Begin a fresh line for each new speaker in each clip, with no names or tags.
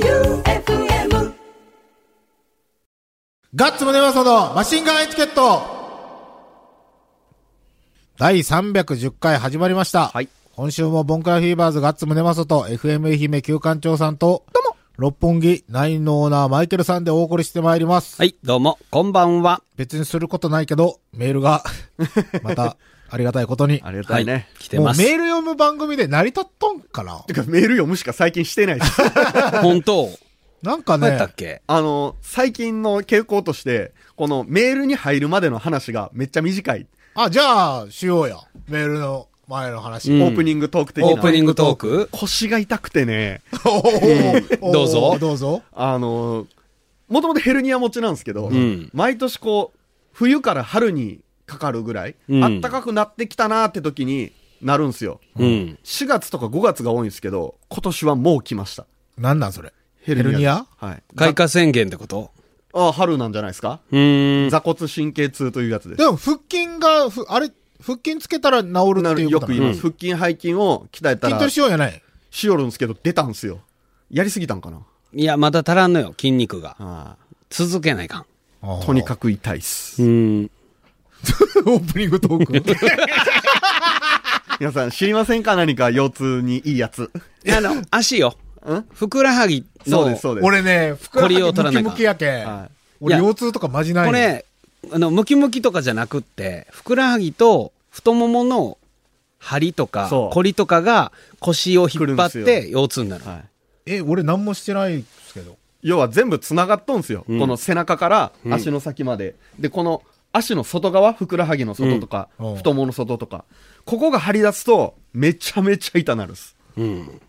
J-O-E-U-F-M
ガッツムネマソのマシンガンエチケット第310回始まりました。
はい
今週もボンクラフィーバーズガッツムネマソと FM 愛媛旧館長さんと、どうも六本木ナインのオーナーマイケルさんでお送りしてまいります。
はい、どうも、こんばんは。
別にすることないけど、メールが、また、ありがたいことに。
ありがたいね。
は
来てます
もうメール読む番組で成り立っとんかな
てか、メール読むしか最近してないです。
本当
なんか
どうや
ね
った、っけ
あの、最近の傾向として、このメールに入るまでの話がめっちゃ短い。
あ、じゃあ、しようや。メールの前の話。
うん
オープニングトーク的な。
オープニングトーク
腰が痛くてね、
おー
どうぞ
どうぞ。
あの、もともとヘルニア持ちなんですけど、
ん
毎年こう、冬から春にかかるぐらい、
うん
あったかくなってきたなーって時になるんすよ。
うん。
4月とか5月が多いんですけど、今年はもう来ました。
なんなんそれ。
ヘ
ルニア
はい。
開花宣言ってこと
あ春なんじゃないですか
うーん。
座骨神経痛というやつです
で。も腹筋が、ふあれ、腹筋つけたら治る
な
っていう
る
こ
よ
と
く言
ない
ます。腹筋、背筋を鍛えた
筋
ら
トレ、しようやない。
しよるんですけど、出たんすよ。やりすぎたんかな。
いや、まだ足らんのよ、筋肉が。
あ
続けないか
あとに
く。
かく痛いっす
ん。。うん。
オープニングトーク。
皆さん知りませんか何か腰痛にいいやつ。
あの、足よ。ふくらはぎの。
そうです、そうで す。
俺ね、ふくらはぎ
これを取
ム
ら
キ
ないか
ムキやけ
はい。
俺
いや
腰痛とかマジない。
こ、れ、あの、ムキムキとかじゃなくって、ふくらはぎと太ももの張りとか
そ、う
凝りとかが腰を引っ張っ
来るんです
て腰痛になる。
はい
え、俺何もしてないですけど。
要は全部繋がっとんすよ。
ん
この背中から足の先まで。で、この足の外側、ふくらはぎの外とか、
うん
太ももの外とか、ここが張り出すと、めちゃめちゃ痛なるっす。
うん。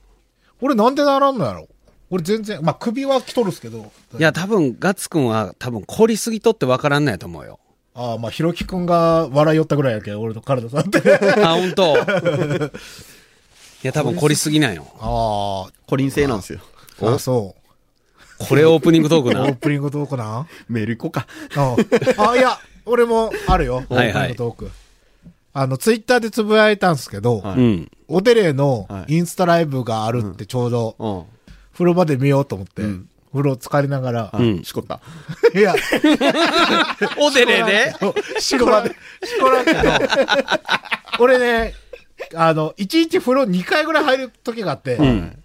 俺なんでならんのやろ俺全然、まあ、首はきとるっすけど。
いや、多分、ガッツくんは多分凝りすぎとってわからんないと思うよ。
ああ、まあ、ひろきくんが笑いよったぐらいやけ俺の体さんって。
あ、本当いや、多分凝りすぎなんよ。
ああ、
コリン製なんですよ。
あそう。
これオープニングトーク
オー
な。
プニングトークな。
メール行こうか。
うんあ、いや、俺もあるよ。オープ
はい
ニ
は
ン
い
グトーク。あの、ツイッターでつぶやいたんですけど、
は
うん。
オテレの
はい
インスタライブがあるってちょうど、
うん。
風呂場で見ようと思って、
うん
風呂浸かりながら、
あ
うん
しこった。
いや、
オデレで
しこらん、しこらんけど、 俺ね、あの、いちいち風呂2回ぐらい入る時があって、
うん。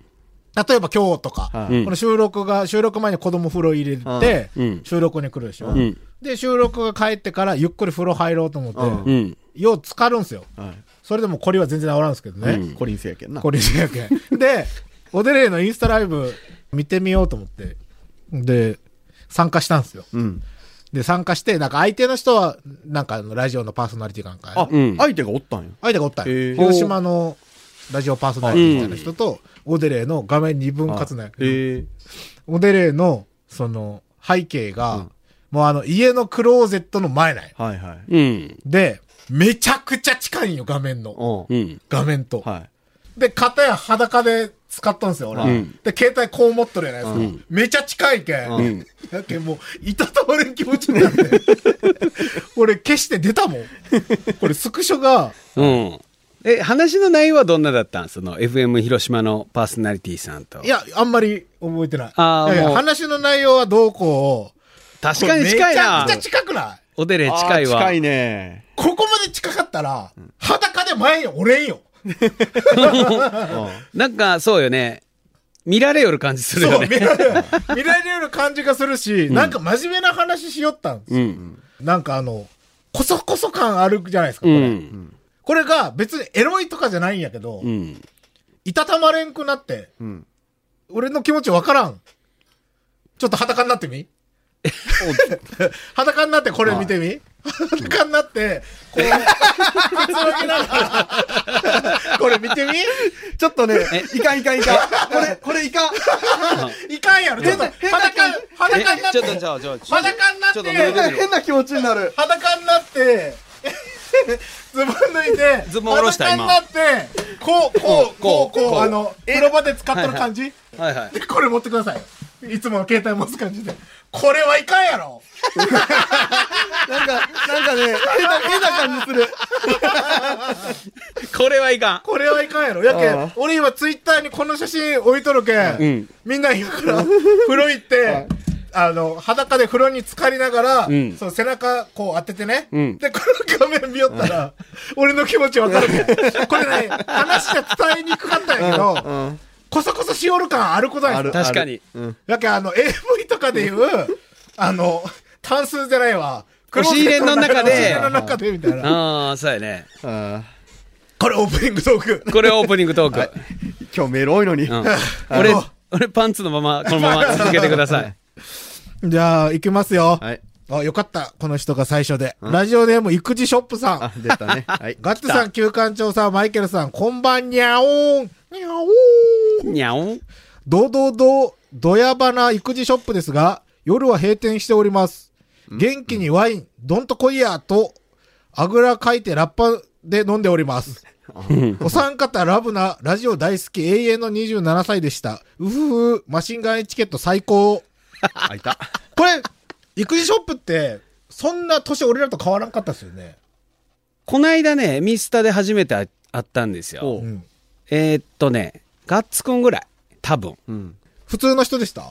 例えば今日とか、
は
こ
い
の収録が、収録前に子供風呂入れて、
うん
収録に来るでしょ、
うん。
で、収録が帰ってからゆっくり風呂入ろうと思って、
うん
うん。
よう浸かるんすよ。
は
それでもコリは全然治らんすけどね。
い。コリン製やけんな。
これじゃけん。で、オデレイのインスタライブ見てみようと思って、で、参加したんですよ。
うん。
で、参加して、なんか相手の人は、なんかあのラジオのパーソナリティかなんかや
あ、
うん
相手がおったんや。
相手がおったんよ
へー
広島のラジオパーソナリティみたいな人と、オデレイの画面二分割なんやけど
ええ
オデレイの、その、背景が、もうあの、家のクローゼットの前なんよ
はいはい。
うん。
で、めちゃくちゃ近いんよ、画面の。
う。
うんん。
画面と。
はい。
で、片や裸で使っとんすよ、俺。
うん
で、携帯こう持っとるじゃないですか。
うん
めちゃ近いけん。
うん
だけんもう、いたたまれん気持ちになって。 俺、消して出たもん。これ、スクショが、
うん。え、話の内容はどんなだったんその FM 広島のパーソナリティさんと。
い、や、あんまり覚えてない。
あー
いやいや
もう
話の内容はどうこう。
確かに近いな
これめちゃくちゃ近くない
オデレ近い
あー
わ。
近いね。
ここまで近かったら、裸で前におれんよ。
う
なんか、そうよね。見られよる感じする
そ
よ
う、見
ね。
られる。見られる感じがするし、なんか真面目な話しよったんですよ
うん。
なんかあの、こそこそ感あるじゃないですか、
う
これ。
ん。
これが別にエロいとかじゃないんやけど、
うん。
いたたまれんくなって、
ん
俺の気持ちわからん。ちょっと裸になって み裸になってこれ見てみ、裸になって、こう、くつろぎながら、これ見てみ
んちょっとね、いかんいかんい かん。これ、これいかん。
いかんやろ、ちょっと裸、裸になって、
えちょっとじゃあちょ
裸になって、
ちょっと脱いでみろ
変な気持ちになる。
裸になって、 ズボン脱いで、
ズボン下ろした
裸に
今
なって、こう、こう、こう、こう、
こう
あの、風呂場で使ってる感じ、
はいはい。
これ持ってください。いつもの携帯持つ感じで。これはいかんやろ
なんか、なんかね、変な、変な感じする。
これはいかん。
これはいかんやろや
ああ
けん、俺今ツイッターにこの写真置いとるけん、
うん
みんな今から 風呂行 って、あの、裸で風呂に浸かりながら、
うん
その背中こう当ててね、
うん
で、この画面見よったら、俺の気持ちわかる けん。これね、話で伝えにくかったんやけど、
うん。
こそこそしおる感あることやん
ある。
確かに
あるうん。
やけんあの、AV とかで言う、あの、単数じゃないわ。
押し入れの中で
押し入れの中で、みたいな。
ああ、そうやね。
あ
これオープニングトーク。
これオープニングトーク。
ー今日メール多いのに。
うん
は、
俺、俺パンツのまま、このまま続けてください。
じゃあ、行きますよ。
い。
あ、よかった。この人が最初で。ラジオネーム、育児ショップさん。
あ、出たね。はい。
ガッツさん、旧館長さん、マイケルさん、こんばんにゃおーん。にゃおーん。
にゃおん。
どどど、どやばな育児ショップですが、夜は閉店しております。元気にワイン、どんとこいや、と、あぐらかいてラッパで飲んでおります。お三方ラブなラジオ大好き永遠の27歳でした。うふふ、マシンガンエチケット最高。
あ、いた。
これ、育児ショップって、そんな年俺らと変わらんかったっすよね。
こないだね、ミスタで初めて会会ったんですよ。
お
う
う。
ん。
えー、っとね、ガッツくんぐらい。多分。
うん。
普通の人でした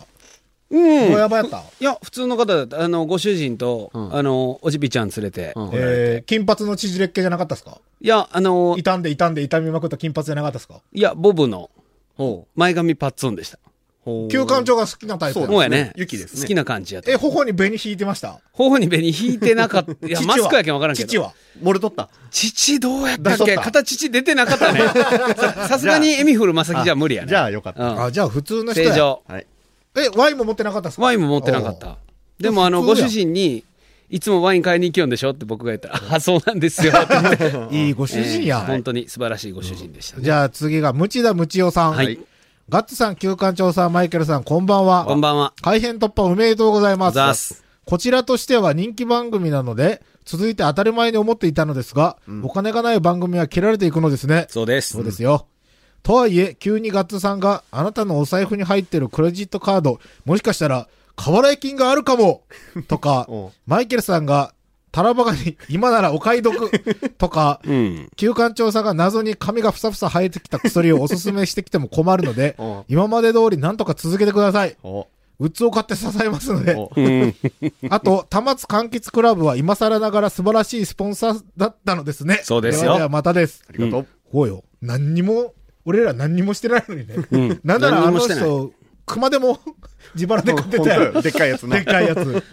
うん。
どやばやった
いや、普通の方だった。あの、ご主人と、
うん
あの、おじびちゃん連れて。
うん
えー、金髪の縮れっけじゃなかったっすか
いや、あの、
傷んで傷んで傷みまくった金髪じゃなかったっすか
いや、ボブの
ほ
前髪パッツンでした。
う。
旧館長が好きなタイプ
そ
や
う
もうやね。
雪ですね
好きな感じやった
え、。頬に紅引いてました
頬に紅引いてなか った。いや、
父
マ
は
スクやけんわからんけど。
父は。
漏れとった。
父どうやったっ
出し
け
とった
片父出てなかったね。ささすがにエミフルまさきじゃ無理やね。
じゃあよかった
うん
あ、じゃあ普通の人
正
や。
常。
はい。
え、ワインも持ってなかったっすか
ワインも持ってなかっ
おう
た。でもあの、
普
ご
通や
主人に、いつもワイン買いに行きよんでしょって僕が言ったら、あ、そうなんですよ。って言って
いいご主人や
えー。本当に素晴らしいご主人でしたね。
じゃあ次が、ムチダムチオさん。
はい。
ガッツさん、旧館長さん、マイケルさん、こんばんは。
こんばんは。
改編突破おめでとうございます。
ざーす
こちらとしては人気番組なので、続いて当たり前に思っていたのですが、お金がない番組は切られていくのですね。
そうです
そうですよ。とはいえ、急にガッツさんがあなたのお財布に入ってるクレジットカード、もしかしたら、過払い金があるかもとか
おう、
マイケルさんが、タラバガに今ならお買い得とか、
うん。
休館長さんが謎に髪がふさふさ生えてきた薬をおすすめしてきても困るので
おう、
今まで通りなんとか続けてください。
お
グッズを買って支えますので、
お
うん。
あと、たまつ柑橘クラブは今更ながら素晴らしいスポンサーだったのですね。
そうですよ
ははまたです。
ありがと
こうよ。何にも、俺ら何にもしてないのにね。
うん
なんならあ
何
の
にもしてない
人、熊でも 自腹
う。
で食って
ほんと
たよ
よ。でっかいやつな。
でっかいや つ。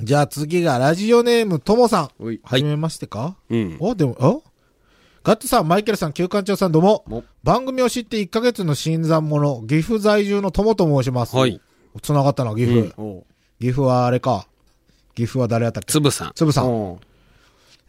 じゃあ次がラジオネームともさん。
おい。
はじめましてか
うん。
お、でも、あガッツさん、マイケルさん、旧館長さん、どうも
も。
番組を知って1ヶ月の新参者、岐阜在住の友と申します。
はい。
繋がったな、岐阜。
おう。
岐阜はあれか。岐阜は誰やったっけ
つぶさん。
つぶさん。
おう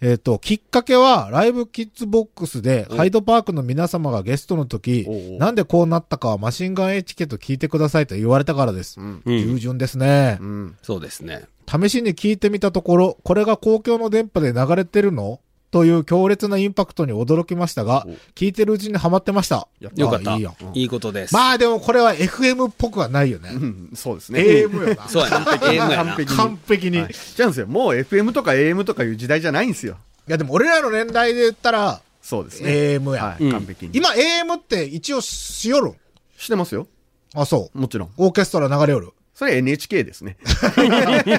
えっ、と、きっかけは、ライブキッズボックスで、ハイドパークの皆様がゲストの時
おうお、う
なんでこうなったかはマシンガンエチケット聞いてくださいと言われたからです。
うん。
うん。
従順ですね
う。ん。
そうですね。
試しに聞いてみたところ、これが公共の電波で流れてるのという強烈なインパクトに驚きましたが
お、
聞いてるうちにハマってました。
やった
よかっ
あ
た。
いい
い
よ
いことです。
まあでもこれは FM っぽくはないよね。
うん。そうですね。
AM よな。
そうやな。ええもんやな
完。璧に
完璧に。
はい
い、
じゃあですよ。もう FM とか AM とかいう時代じゃないんですよ。
やでも俺らの年代で言ったら、
そうですね。
AM や。
はい。
うん
完璧に。
今 AM って一応しよる
してますよ。
あ、そう。
もちろん。
オーケストラ流れよる。
それ NHK ですね。
あ、そ
それ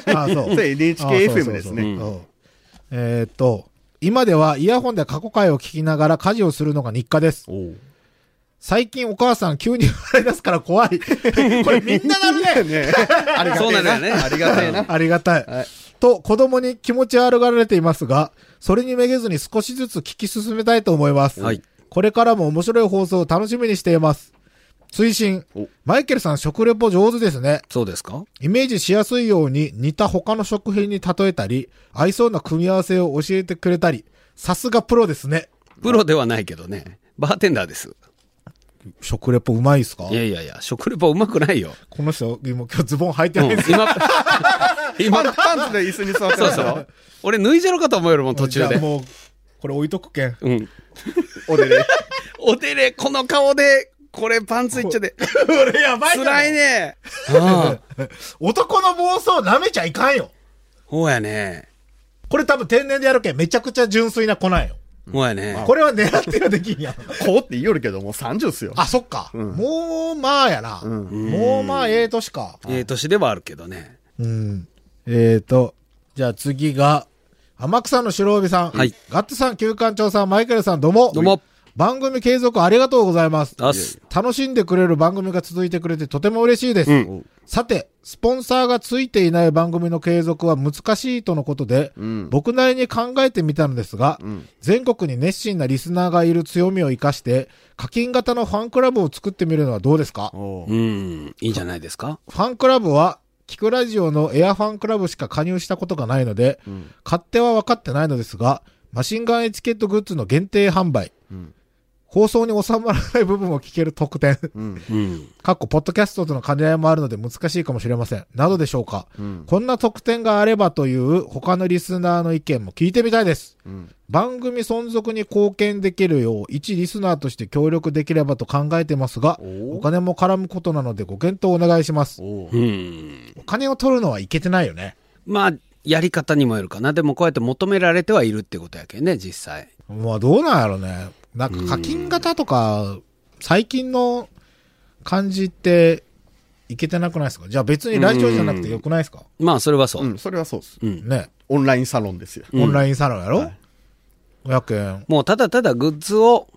あそうそうそう
NHKFM ですね。
うんえーっと、今ではイヤホンで過去回を聞きながら家事をするのが日課です。
おう
最近お母さん急に笑い出すから怖い。これみんななるね。
ねありが
そう
て
な
え
んだ
な
よね。
ありがてえな。
ありがたい。と、子供に気持ち悪がられていますが、それにめげずに少しずつ聞き進めたいと思います。
はい
これからも面白い放送を楽しみにしています。推進
お。
マイケルさん食レポ上手ですね。
そうですか
イメージしやすいように似た他の食品に例えたり、合いそうな組み合わせを教えてくれたり、さすがプロですね。
プロではないけどね。バーテンダーです。
食レポうまいっすか
いやいやいや、食レポうまくないよ。
この人、 今今日ズボン履いて
う
なんいです。
今、今、
パンツで椅子に座って
そう
ます
そ
よ
う。。俺脱いじゃろかと思うよりも途中
じゃあ
で。
もう、これ置いとくけん。
うん。
おでね。
おてれ、この顔でこれパンツいっちゃって、
俺やばいから
辛いね。ああ、
男の妄想舐めちゃいかんよ。
ほうやね。
これ多分天然でやるけんめちゃくちゃ純粋な粉やよ。
ほうやね。
これは狙ってはできんやん。
こうって言いよるけど、もう30っすよ。
あ、そっか。
うん
もうまあやな。
うん
もうまあええ年か。
ええ年ではあるけどね。
うん。えーと、じゃあ次が、天草の白帯さん。
はい
ガッツさん、旧館長さん、マイケルさん、どうも。
どうも。
番組継続ありがとうございます。
あっす。
楽しんでくれる番組が続いてくれてとても嬉しいです。
うん
さて、スポンサーがついていない番組の継続は難しいとのことで、
うん
僕なりに考えてみたのですが、
うん
全国に熱心なリスナーがいる強みを生かして、課金型のファンクラブを作ってみるのはどうですか
おう
うん、いいんじゃないですか。
ファンクラブは、キクラジオのエアファンクラブしか加入したことがないので、
うん
勝手は分かってないのですが、マシンガンエチケットグッズの限定販売、
うん
放送に収まらない部分を聞ける特典、
うん
うん。
かっこポッドキャストとの兼ね合いもあるので難しいかもしれません。などでしょうか。
うん
こんな特典があればという他のリスナーの意見も聞いてみたいです。
うん
番組存続に貢献できるよう、一リスナーとして協力できればと考えてますが、
お
お金も絡むことなのでご検討お願いします。
おう
うん。
お金を取るのはいけてないよね。
まあ、やり方にもよるかな。でもこうやって求められてはいるってことやけんね、実際。
まあどうなんやろね。なんか課金型とか、最近の感じって、いけてなくないですかじゃあ別に来庁じゃなくてよくないですか
まあ、それはそうう。
ん、それはそうです。
うん。
ね。
オンラインサロンですよ。
うん
オンラインサロンやろ、やけん。
もうただただグッズを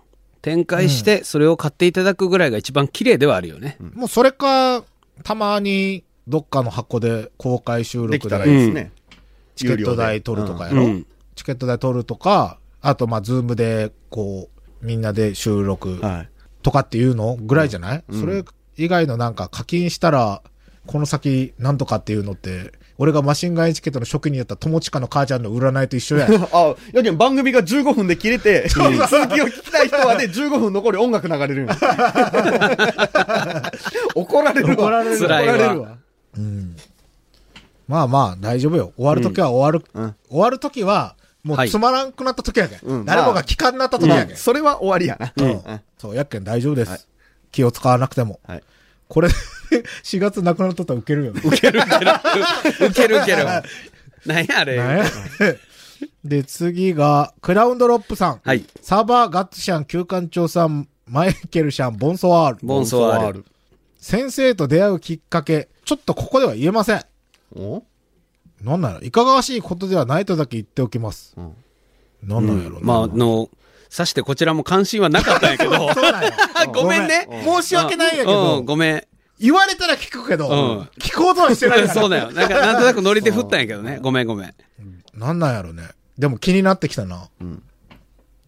展開して、それを買っていただくぐらいが一番綺麗ではあるよね。
もうそれか、たまにどっかの箱で公開収録
でき
で
たらいいですね。
チケット代取るとかやろ、
うん
チケット代取るとか、あとまあズームでこう、みんなで収録
はい。
とかっていうのぐらいじゃない、
ん
それ以外のなんか課金したら、この先なんとかっていうのって、俺がマシンガンエチケットの初期にやった友近の母ちゃんの占いと一緒や。
あ、やけん番組が15分で切れて、続きを聞きたい人はね、15分残り音楽流れる んよ怒られるわ。
怒られる
辛いわ
怒られるわ。
まあまあ大丈夫よ。終わるときは終わる、
うんうん
終わるときは、も
は
う
い
つまらんくなったときやけん、
うん
誰もが聞かんなったときやけん。
それは終わりやな。
うん
うん
そう、やっけん大丈夫です。
はい
気を使わなくても。
はい。
こ れ、4月なくなっとったらウケるよね。
ウケるウケる。ウケるウケる。何やあれ。
ね で、次が、クラウンドロップさん。
はい。
サーバー、ガッツシャン、旧館長さん、マイケルシャン、ボンソワール。
ボンソワール。
先生と出会うきっかけ、ちょっとここでは言えません。
お
なんなのいかがわしいことではないとだけ言っておきます。
うん
なんなんやろう
まあ、あの、さしてこちらも関心はなかったんやけど。
そうなんや
ごめんね。
ごめん申し訳ないんやけ
う
ど
ん、、ごめん。
言われたら聞くけど、
うん
聞こうとはしてないから。
そうだよ。なんか、なんとなくノリで振ったんやけどね。ごめんごめん。
なんなんやろね。でも気になってきたな。
ん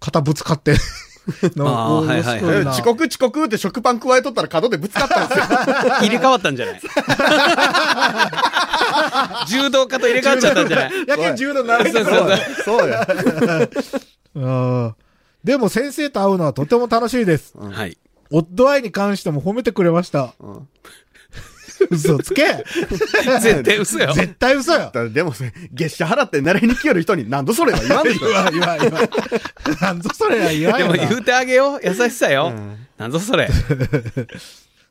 肩ぶつかっ て。の
あーはいはいは
面
い
白
え
な
遅刻遅刻って食パン加えとったら角でぶつかったんですよ。
入れ替わったんじゃない 柔道家と入れ替わっちゃったんじゃない
やけん柔道習い
そ
た
う
か
そう
ら。
そう。
そう
う
や。
んでも先生と会うのはとても楽しいです。
はい。
オッドアイに関しても褒めてくれました。
ん
嘘つけ
絶対嘘よ。
絶対嘘よ
だでもそれ、月謝払って習いに来よる人に何度それは言わんでしょ
言。わん言わん言わん。なんぞそれは言わん
で
よ
も
な
言うてあげよう。優しさよ。なんぞ それ。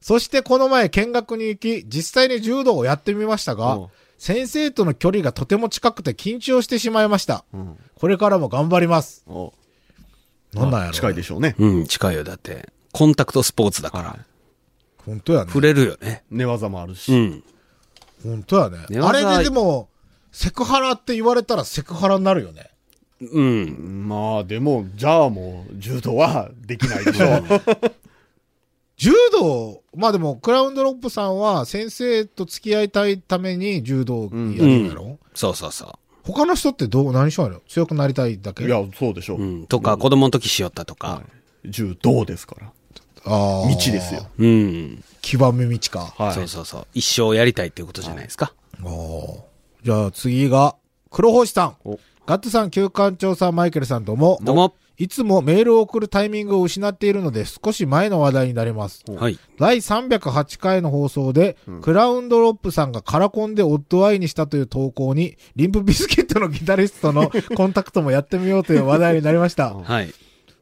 そしてこの前見学に行き、実際に柔道をやってみました
う
が
ん、
先生との距離がとても近くて緊張してしまいました。これからも頑張ります。
お
なんなんやろ、
近いで
し
しょうね。
うん、近いよ。だって、コンタクトスポーツだから。
ょ。本当やね
触。れるよね。
寝技もある
う
し。
ん。
本当やね。
寝
あれ
技
ででも、セクハラって言われたらセクハラになるよね。
うん。
まあ、でも、じゃあもう、柔道はできないでしょう。
柔道、まあでも、クラウンドロップさんは先生と付き合いたいために柔道やるんやろ、
そうそうそ
他の人ってどう、何しようやろ強くなりたいだけ
いや、そうでしょ
う。う
う。
ん。とか、子供の時しよったと
は
か。
い柔道ですから。
あー
道ですよ。。
うん。
極め道か。
はい。
そうそうそう。一生やりたいっていうことじゃないですか。
おーじゃあ次が、黒星さん
お。
ガッツさん、旧館長さん、マイケルさんどうも。
どうも。
いつもメールを送るタイミングを失っているので少し前の話題になります。
はい。
第308回の放送で、クラウンドロップさんがカラコンでオッドアイにしたという投稿に、リンプビスケットのギタリストのコンタクトもやってみようという話題になりました。
はい。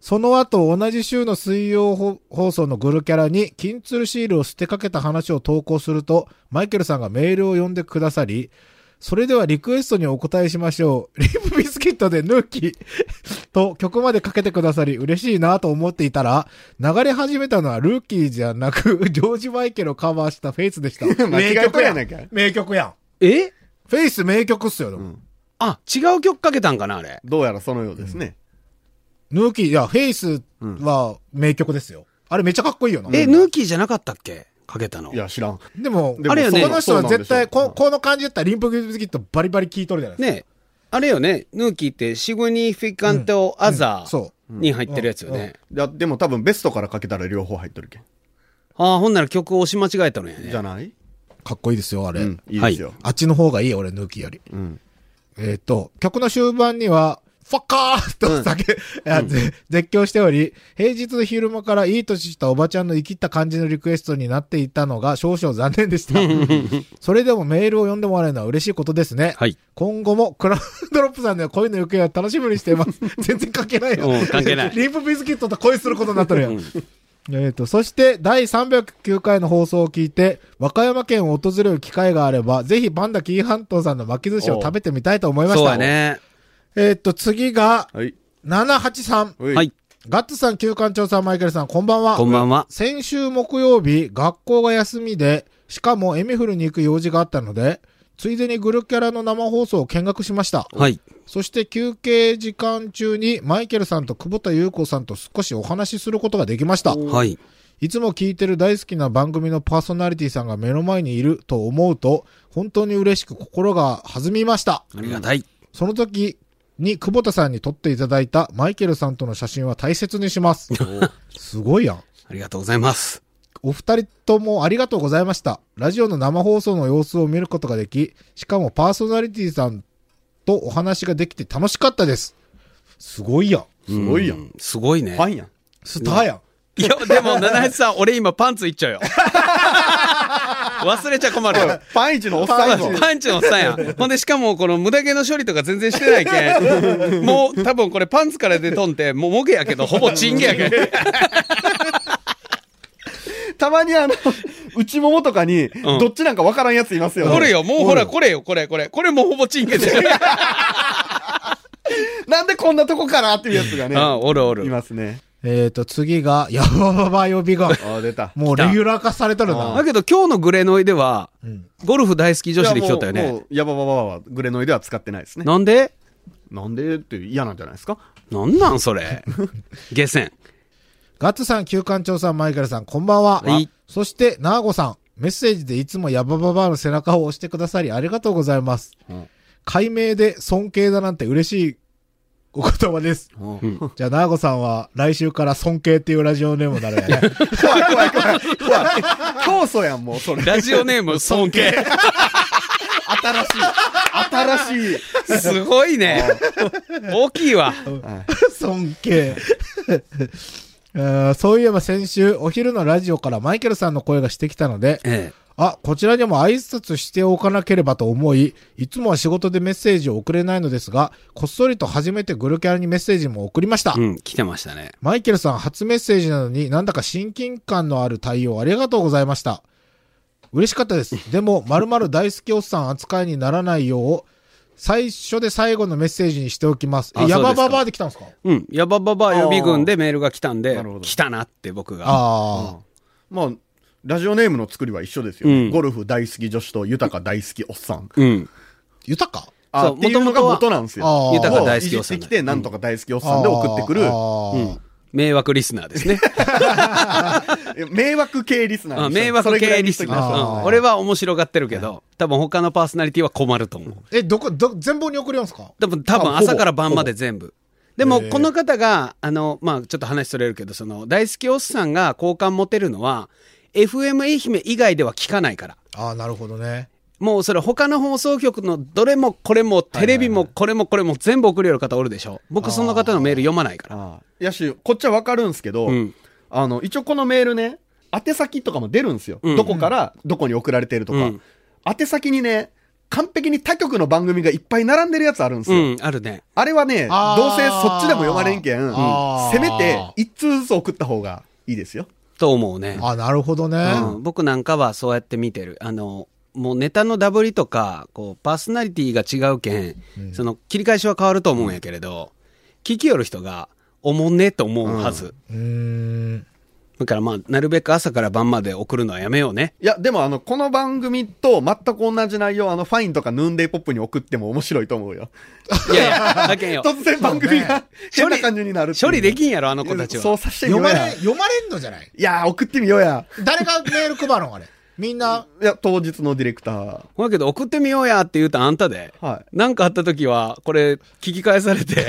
その後、同じ週の水曜ほ放送のグルキャラに、金鶴シールを捨てかけた話を投稿すると、マイケルさんがメールを読んでくださり、それではリクエストにお答えしましょう。リ ップビスケットでヌーキー と曲までかけてくださり嬉しいなと思っていたら、流れ始めたのはルーキーじゃなく、 ジョージ・マイケルをカバーしたフェイスでした。
間違えたやないかい
名曲やん。
え
フェイス名曲っすよ、でも
うん
あ、違う曲かけたんかな、あれ。
どうやらそのようですね。
ヌーキー、いや、フェイスは名曲ですよ。あれめっちゃかっこいいよな。
え、ヌーキーじゃなかったっけかけたの。
いや、知らん。
でも、
で
あれやね
この人は絶対、
そう
こ
なんでしょう
この感じだったらリンプビズキットバリバリ聴いとるじゃないですか。
ねあれよね、ヌーキーってシグニフィカント・アザ
うん
ー
そ
に入ってるやつよね。
いや、でも多分ベストからかけたら両方入っとるけん。
ああ、ほんなら曲を押し間違えたのやね。
じゃない
かっこいいですよ、あれ。
うん、いいですよ。
あっちの方がいいよ、俺、ヌーキーより。
うん。
えっ、と、曲の終盤には、ファッカーと叫、あぜ絶叫しており、平日の昼間からいい年したおばちゃんの生きった感じのリクエストになっていたのが少々残念で した。それでもメールを読んでもらえるのは嬉しいことですね。
はい。
今後もクラウドドロップさんでは恋の行方を楽しみにしています。全然関係ないよ。
うん関係ない
リンプビズキットと恋することになってるよ。
うん
えー、と、そして、第309回の放送を聞いて、和歌山県を訪れる機会があれば、ぜひバンダ紀伊半島さんの巻き寿司を食べてみたいと思いました。
そうや。ね。
えー、と、次が、
はい。
783。
は
はい。。
ガッツさん、旧館長さん、マイケルさん、こんばんは。
こんばんは。
先週木曜日、学校が休みで、しかもエミフルに行く用事があったので、ついでにグルキャラの生放送を見学しました。
はい。
そして休憩時間中にマイケルさんと久保田優子さんと少しお話しすることができました。
はい。
いつも聞いてる大好きな番組のパーソナリティさんが目の前にいると思うと、本当に嬉しく心が弾みました。
ありがたい。
その時に久保田さんに撮っていただいたマイケルさんとの写真は大切にします。すごいやん。
ありがとうございます。
お二人ともありがとうございました。ラジオの生放送の様子を見ることができ、しかもパーソナリティさんとお話ができて楽しかったです。すごいやん。
す
ごいやん。
すごいね
フ。ァンやん。
スターやん。
いや、でも、七八さん、俺今パンツいっ ちゃうよ。忘れちゃ困るよ。
パンイチのおっさん
パ
や
ン
ぞ
チパンチのおっさんやん。ほんで、しかも、この無駄毛の処理とか全然してな いけん。もう、多分これパンツから出とんて、もうもげやけど、ほぼチンゲやけん。
たまに あの、内ももとかに、どっちなんかわからんやついますよね。
おるよ、もうほら、これよ、これ、これ。これもうほぼチンゲで。
なんでこんなとこからっていうやつがね。
うん、おるお
い
る。
ますね。
えーと、次が、ヤバババ予備が、
ああ、出た。
もうレギュラー化されとる
だ
な。
けど、今日のグレノイでは
ん、
ゴルフ大好き女子で来とったよ
いやもう
ね。
もうヤバババはグレノイでは使ってないですね。
なんで
なんでって嫌なんじゃないですか
なんなん、それ。下船。
ガッツさん、旧館長さん、マイケルさん、こんばんは。
はい
そして、ナーゴさん、メッセージでいつもヤバババの背中を押してくださりありがとうございます。
うん
解明で尊敬だなんて嬉しいお言葉です。
怖
ん
じゃあ、ナーゴさんは来週から尊敬っていうラジオネームになるやね。
い怖い怖い怖い。競争やん、もうそれ。
ラジオネーム、尊敬。
新しい。新しい。
すごいね。大きいわ。
尊敬。 あーそういえば先週、お昼のラジオからマイケルさんの声がしてきたので、
え
あ、こちらにも挨拶しておかなければと思い、いつもは仕事でメッセージを送れないのですが、こっそりと初めてグルキャラにメッセージも送りました。
え。うん、来てましたね。
マイケルさん初メッセージなのになんだか親近感のある対応ありがとうございました。嬉しかった です。でも、まるまる大好きおっさん扱いにならないよう、最初で最後のメッセージにしておきます。
あ
え、ヤ
そう
バ
ですか
ババアで来たんですか
うん、ヤバババア予備軍でメールが来たん
な
で
るほ、ど
来たなって僕が。
ああ。
まあ、ラジオネームの作りは一緒ですよね、
うん
ゴルフ大好き女子と豊か大好きおっさん。
うん。
豊か
あ
そう
っていうのが元なんですよ。
あー
豊か大好きおっさ
を
ん
いじってきて、なんとか大好きおっさんで送ってくる
あ、ー
うん迷惑リスナーですね。
え迷惑系リスナー
あ
にし
迷
た。そ
惑
れぐら
系
いに
リ
しと
ス
き
ナ
ましょう
あ
ー。うん俺は面白がってるけど、多分他のパーソナリティは困ると思う。
え、どこ、ど、全貌に送りますか
多分、多分朝から晩まで全部。でも、
へえ
この方が、あの、まあ、ちょっと話それるけど、その、大好きおっさんが好感持てるのは、FM 愛媛以外では聞かないから。
ああ、なるほどね。
もうそれ他の放送局のどれもこれもテレビもこれもこれも全部送れる方おるでしょ。僕その方のメール読まないから。
あーやし、こっちはわかるんですけど、
うん
あの、一応このメールね、宛先とかも出るんですよ。
うん
どこからどこに送られてるとか。
うん
宛先にね、完璧に他局の番組がいっぱい並んでるやつあるんです
う
よ。
ん、あるね。
あれはね、
あー
どうせそっちでも読まれんけん、うん
あー
せめて一通ずつ送った方がいいですよ。
と思うね。
あ、なるほどね。
うん、僕なんかはそうやって見てる。あの、もうネタのダブりとか、こう、パーソナリティが違うけん、その、切り返しは変わると思うんやけれど、聞きよる人が、おもんねと思うはず。
うーん。
だからまあ、なるべく朝から晩まで送るのはやめようね。
いや、でもあの、この番組と全く同じ内容、あの、ファインとかヌーンデイポップに送っても面白いと思うよ。
いやいや、だけんよ。
突然番組が、変な感じになるっていう
処理できんやろ、あの子たち
そう
は。
させてみよ
読
う
ま
や
れ、。読まれんのじゃない
いやー、送ってみようや。
誰がメール配るのあれ。みんな、
いや、当日のディレクター。
ほやけど、送ってみようやって言うたんあんたで。
は
なんかあった時は、これ、聞き返されて。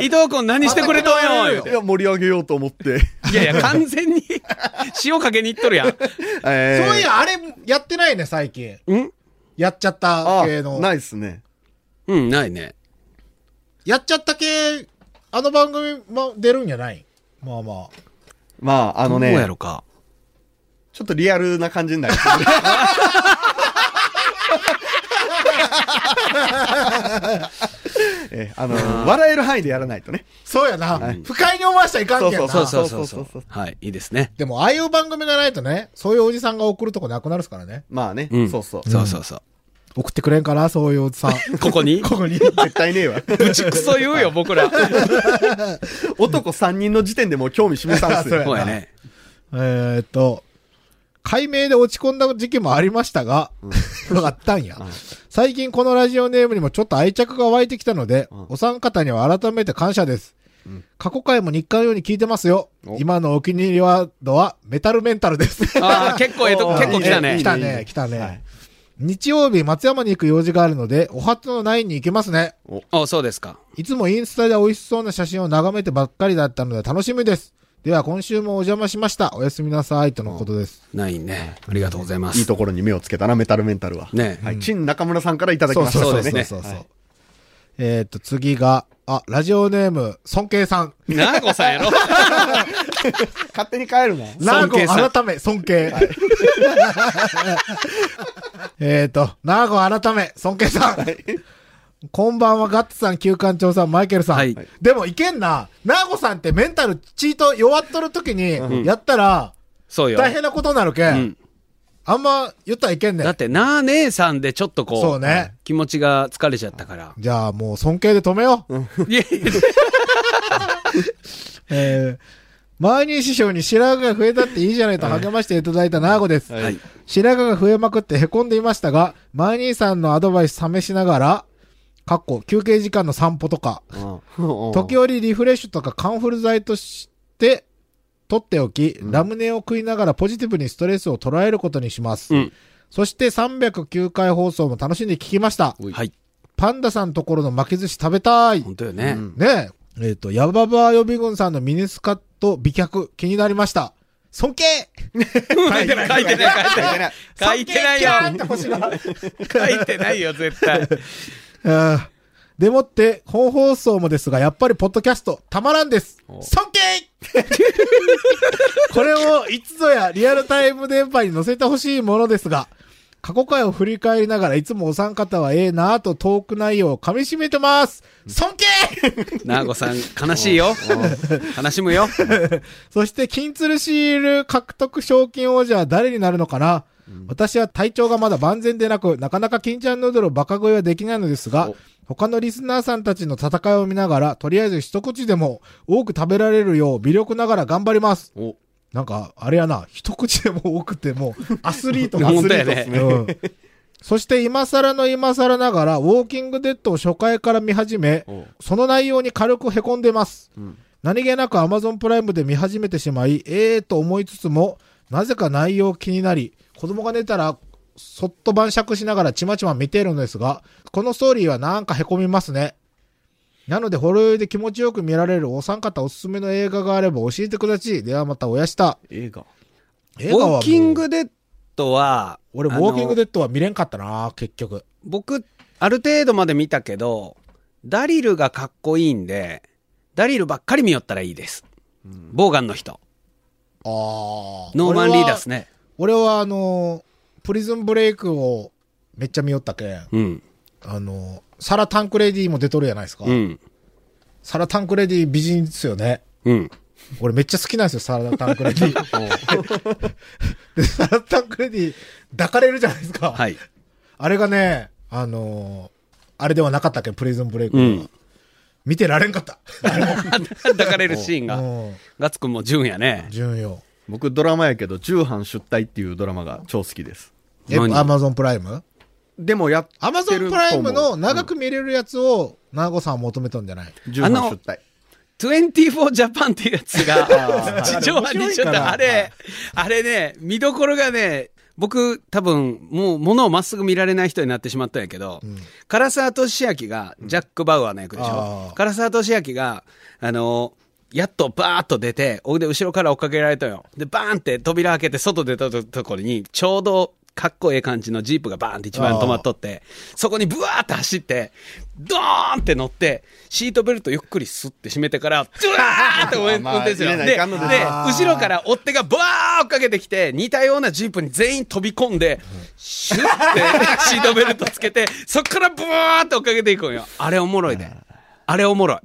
伊藤君何してくれとんよ言う
い。
て
いや、盛り上げようと思 って。
いやいや、完全に塩かけにいっとるやん。
えー
そういや、あれ、やってないね、最近。
ん
やっちゃった
あ
系の。
ないっすね。
うん、ないね。
やっちゃった系、あの番組も出るんじゃないまあま
まあ、あの
どうや
ね、
ろか。
ちょっとリアルな感じになります えーあの、笑える範囲でやらないとね。
あ。そうやな。不快に思わせたらいかんけんな。
そう
そう
う
そうそ
そうう
そ
そううそ
そ
うう。
はい、いいですね。
でも、ああいう番組がないとね、そういうおじさんが送るとこなくなるっすからね。
まあね、
うん。
そうそう。
そうそうそう。
送ってくれんかな、そういうお じさん。
ここに
ここに。
絶対ねえ わ。
ぶちくそ言うよ、僕ら。
男3人の時点でもう興味示さんす
そう
よ。
そうやね。
えーっと、解明で落ち込んだ時期もありましたが、 あったんや。最近このラジオネームにもちょっと愛着が湧いてきたので、お三方には改めて感謝です。過去回も日刊のように聞いてますよ。
お
今のお気に入りワードはメタルメンタルです。
ああ、結構ええとこ、
あー
結構来たね
い
来
い。
た
いい
ね
ね、
来たね。
はい
日曜日、松山に行く用事があるので、お初のナインに行けますね。
あそうですか。
いつもインスタで美味しそうな写真を眺めてばっかりだったので楽しみです。では、今週もお邪魔しました。おやすみなさい、とのことです。
ないね。ありがとうございま
いい
す。
ところに目をつけたな、メタルメンタルは。
ね
はい。陳中村さんからいただきましたね。
そうそうそうですね
そうそうそうえーっと、次が、あ、ラジオネーム、尊敬さん。
なあこさんやろ
勝手に帰るな。
ナー
尊敬さん
ゴ改め、尊敬。えーっと、ナーゴ改め、尊敬さん。こんばんは、ガッツさん、旧館長さん、マイケルさん。
はい
でも、いけんな。ナーゴさんってメンタル、チート弱っとる時に、やったら、
そうよ。
大変なことになるけ、
うん
ん、あんま言ったらいけんね
だ
ん
っ。て、なあ姉さんでちょっとこう、
そうね
気持ちが疲れちゃったから。
じゃあ、もう尊敬で止めよう。
いやいや
えー、前に師匠に白髪が増えたっていいじゃないと励ましていただいたナーゴです。
はい
白髪が増えまくって凹んでいましたが、前兄さんのアドバイス試しながら、かっこ休憩時間の散歩とか、時折リフレッシュとかカンフル剤として取っておき、ラムネを食いながらポジティブにストレスを捉えることにします。
うん
そして309回放送も楽しんで聞きました。
はい。
パンダさんところの巻き寿司食べたい。
本当よね。
ねえ。えっ、と、ヤババ予備軍さんのミニスカット美脚気になりました。尊敬
書いてない、書いてない、書いてない。書いてない
尊敬キ
よ。
ャーって欲しいな
書いてないよ、絶対。
あーでもって、本放送もですが、やっぱりポッドキャスト、たまらんです。尊敬 これをいつぞやリアルタイム電波に載せてほしいものですが、過去回を振り返りながらいつもお三方はええなぁとトーク内容を噛み締めてます。尊敬
なあこさん、悲しいよ。悲しむよ。
そして、金鶴シール獲得賞金王者は誰になるのかな、私は体調がまだ万全でなく、なかなか金ちゃんヌードルをバカ食いはできないのですが
お、
他のリスナーさんたちの戦いを見ながら、とりあえず一口でも多く食べられるよう微力ながら頑張ります。
お
なんか、あれやな、一口でも多くてもう、アスリートが
本当やね。
うんそして今更の今更ながら、ウォーキングデッドを初回から見始め、その内容に軽く凹んでます。何気なく Amazon プライムで見始めてしまい、ええー、と思いつつも、なぜか内容気になり、子供が寝たら、そっと晩酌しながらちまちま見ているのですが、このストーリーはなんか凹みますね。なので、ほろ酔いで気持ちよく見られるお三方おすすめの映画があれば教えてくだち。ではまたおやした。
映画。
映
ウ
画はも
ォ
う
ーキングデッドは、
俺、ウォーキング
ッド。
デッドは見れんかったな、結局。
僕、ある程度まで見たけど、ダリルがかっこいいんで、ダリルばっかり見よったらいいです。ボーガンの人。
ああ。
ノーマンリーダーですね。
俺は。俺はあのープリズンブレイクをめっちゃ見よったけん、
うん。
あの、サラ・タンクレディも出とるやないですか。
うん。
サラ・タンクレディ美人ですよね。
うん。
俺めっちゃ好きなんですよ、サラ・タンクレデ ィ。 で、サラ・タンクレディ抱かれるじゃないですか。
はい。
あれがね、あのーあれではなかったっけ、プリズンブレイク
う
は、
ん。
見てられんかった。
抱かれるシーン
う
が。
ん。
ガッツくんも純やね。
純よ。
僕ドラマやけど、重版出退っていうドラマが超好きです。
え、
何
アマゾンプライム
でもやっ
アマゾ
てる
ン
と
プ
思う
ライムの長く見れるやつを、長子さんは求めとんじゃない
重
あ
版
の
出退。
24ジャパンっていうやつが、地上波に
面白い
ちょ
か
っと
ら
あれ、あれね、見どころがね、僕多分もう物をまっすぐ見られない人になってしまったんやけど、唐沢俊明がジャック・バウアーの役でし
あ
ょ
ー。
唐沢俊明が、あの、やっとバーッと出て、おいで後ろから追っかけられたよ。で、バーンって扉開けて外出たところに、ちょうどかっこええ感じのジープがバーンって一番止まっとって、そこにブワーって走って、ドーンって乗って、シートベルトゆっくりスッて締めてから、ドワーって運
まあ
転するよ。
入れ
で、
な
で
いかんのです
後ろから追っ手がブワー追っかけてきて、似たようなジープに全員飛び込んで、シュッて シートベルトつけて、そっからブワーって追っかけていくんよ。あれおもろいで。あれおもろい。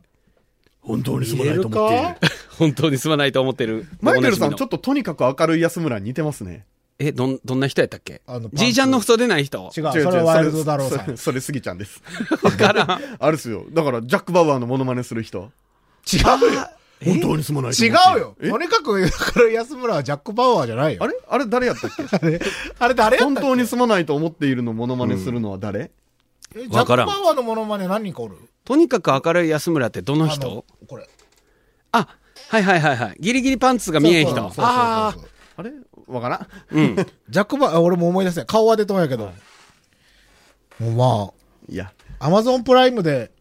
本当にす
見れるか
本当にすまないと思ってる。
マイケルさん、ちょ
ょ
っととにかく明るい安村に似てますね。
え、どん、どんな人やったっけ
あのパンツ
じいちゃんの太でない人
違う、それはワイルドだろう
そ
さ
れ、
ん。
それ、スギちゃんです。
わから ん。
あるっすよ。だから、ジャック・バウアーのモノマネする人。
違うよ
本当にすまない
違うよとにかく、だから安村はジャック・バウアーじゃないよ。
あれあれ誰やったっけ
あれあれ誰やっ
本
たっ
当にすまないと思っているのモノマネするのは誰
けえジャッ
わ
ク・
か
バ
ら
ウ
ん
アーのモノマネ何人かおる
とにかく明るい安村ってどの
あ
人
これ。
あはいはいはいはい。ギリギリパンツが見えん人。
そうそうそうそう
ああ。
あれわからん。
うん。
ジャック・バウアー、俺も思い出せん。顔は出とんやけど。も
いや、
うまあ、アマゾンプライムで、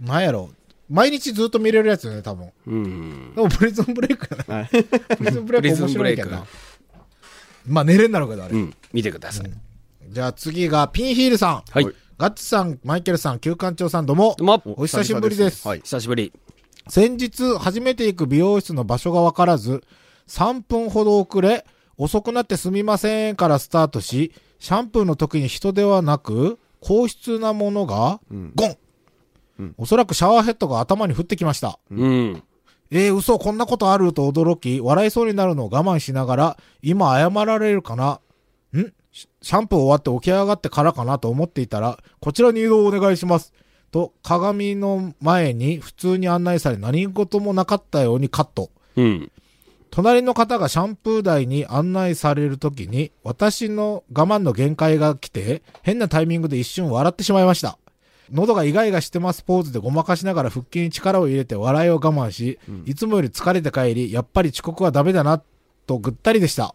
なんやろ。毎日ずっと見れるやつよね、多分。
うん。
でもプリズンブレイクや
はい
な。プリズンブレイク面白いけどな
プ。
まあ寝れんなるけど、あれ
う。ん。見てください。
じゃあ次がピンヒールさん。
はい。
ガッツさん、マイケルさん、旧館長さん、どうも。
どうも
お久しぶりです。
はい。
久しぶり。
先日、初めて行く美容室の場所がわからず、3分ほど遅れ、遅くなってすみませんからスタートし、シャンプーの時に人ではなく、硬質なものが、ゴン、おそらくシャワーヘッドが頭に降ってきました。
うん。
えー、嘘、こんなことあると驚き、笑いそうになるのを我慢しながら、今謝られるかな。んシシャンプー終わって起き上がってからかなと思っていたら、こちらに誘導をお願いします。と、鏡の前に普通に案内され何事もなかったようにカット。
うん。
隣の方がシャンプー台に案内されるときに、私の我慢の限界が来て、変なタイミングで一瞬笑ってしまいました。喉がイガイガしてますポーズでごまかしながら腹筋に力を入れて笑いを我慢し、いつもより疲れて帰り、やっぱり遅刻はダメだな、とぐったりでした。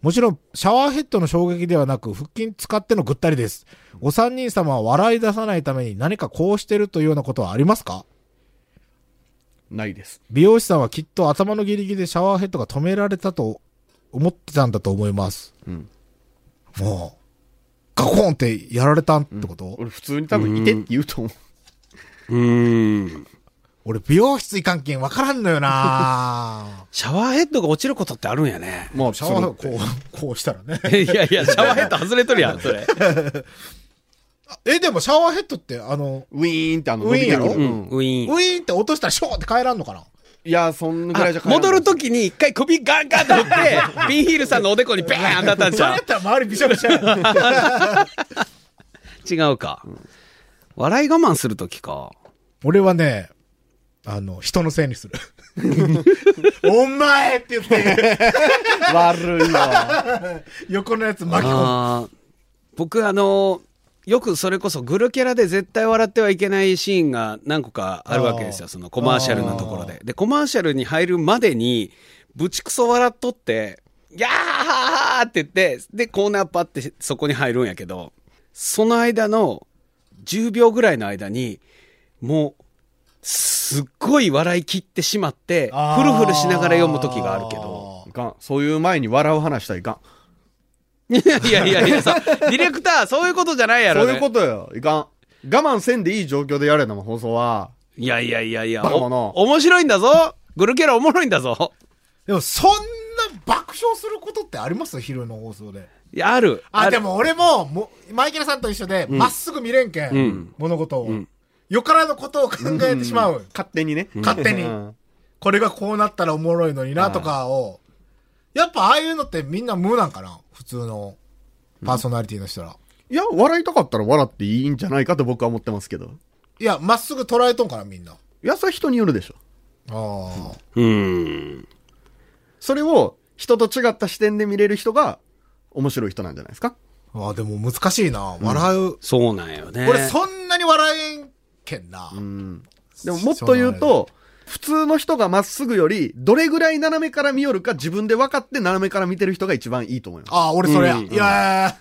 もちろん、シャワーヘッドの衝撃ではなく、腹筋使ってのぐったりです。お三人様は笑い出さないために何かこうしてるというようなことはありますか
ないです。
美容師さんはきっと頭のギリギリでシャワーヘッドが止められたと思ってたんだと思います。
うん
もう、ガコーンってやられたんってこと、
俺、普通に多分、いてって言うと思う。
うん。
俺、美容室行かんけんわからんのよ な
シャワーヘッドが落ちることってあるんやね。
まあ、
シャワーヘッド
するっ
こ
て
う、こうしたらね。
いやいや、シャワーヘッド外れとるやん、それ。
え、でもシャワーヘッドって、あの、
ウィーンってあの、伸びてる
ウィーンや
う
ろ
ん。ウ
ウ
ィーン。
ィーンって落としたらショーって帰らんのかない
や、そんぐらいじゃ
あ戻ると
き。
きに一回首ガンガンと打って、ピンヒールさんのおでこにバーン当たったんち
それ
ゃ
やったら周りびしゃびしゃやん
う違うか。笑い我慢するときか。
俺はね、あの、人のせいにす る。お前って言って、
悪いわ。
横のやつ巻き込む。
あー僕あのよくそれこそグルキャラで絶対笑ってはいけないシーンが何個かあるわけです
あ
よ
ー
そのコマーシャルのところででコマーシャルに入るまでにぶちクソ笑っとって「やーはーはーって言ってでコーナーパってそこに入るんやけどその間の10秒ぐらいの間にもうすっごい笑い切ってしまって
あ
フル
ー
フルしながら読む時があるけど。
いかん。そういう前に笑う話したらいかん。
いやいやいやいやさディレクターそういうことじゃないやろ、
そ
ね、
ういうことよ。いかん。我慢せんでいい状況でやれな、もう放送は。
いやいやいやいや、
バカ者
お面白いんだぞグルケラおもろいんだぞ
でもそんな爆笑することってあります昼の放送で。
いやある。
あ、
る
で。も俺も、もマイケルさんと一緒で、まっすぐ見れんけん、
ん
物事を、
ん
よからのことを考えてしまう。
勝手にね。
勝手に、
うん
これがこうなったらおもろいのにな、とかを。やっぱああいうのってみんな無なんかな普通のパーソナリティの人ら。
いや、笑いたかったら笑っていいんじゃないかと僕は思ってますけど。
いや、まっすぐ捉えとんから、みんな。あ
いや、それは人によるでしょ。
あ。
うん。
それを人と違った視点で見れる人が面白い人なんじゃないですか
ああ、でも難しいな。笑う。
そうなんよね。
俺そんなに笑えんけんな。
うん。でももっと言うと、普通の人がまっすぐより、どれぐらい斜めから見よるか自分で分かって斜めから見てる人が一番いいと思います。
ああ、俺それや。
うん
いや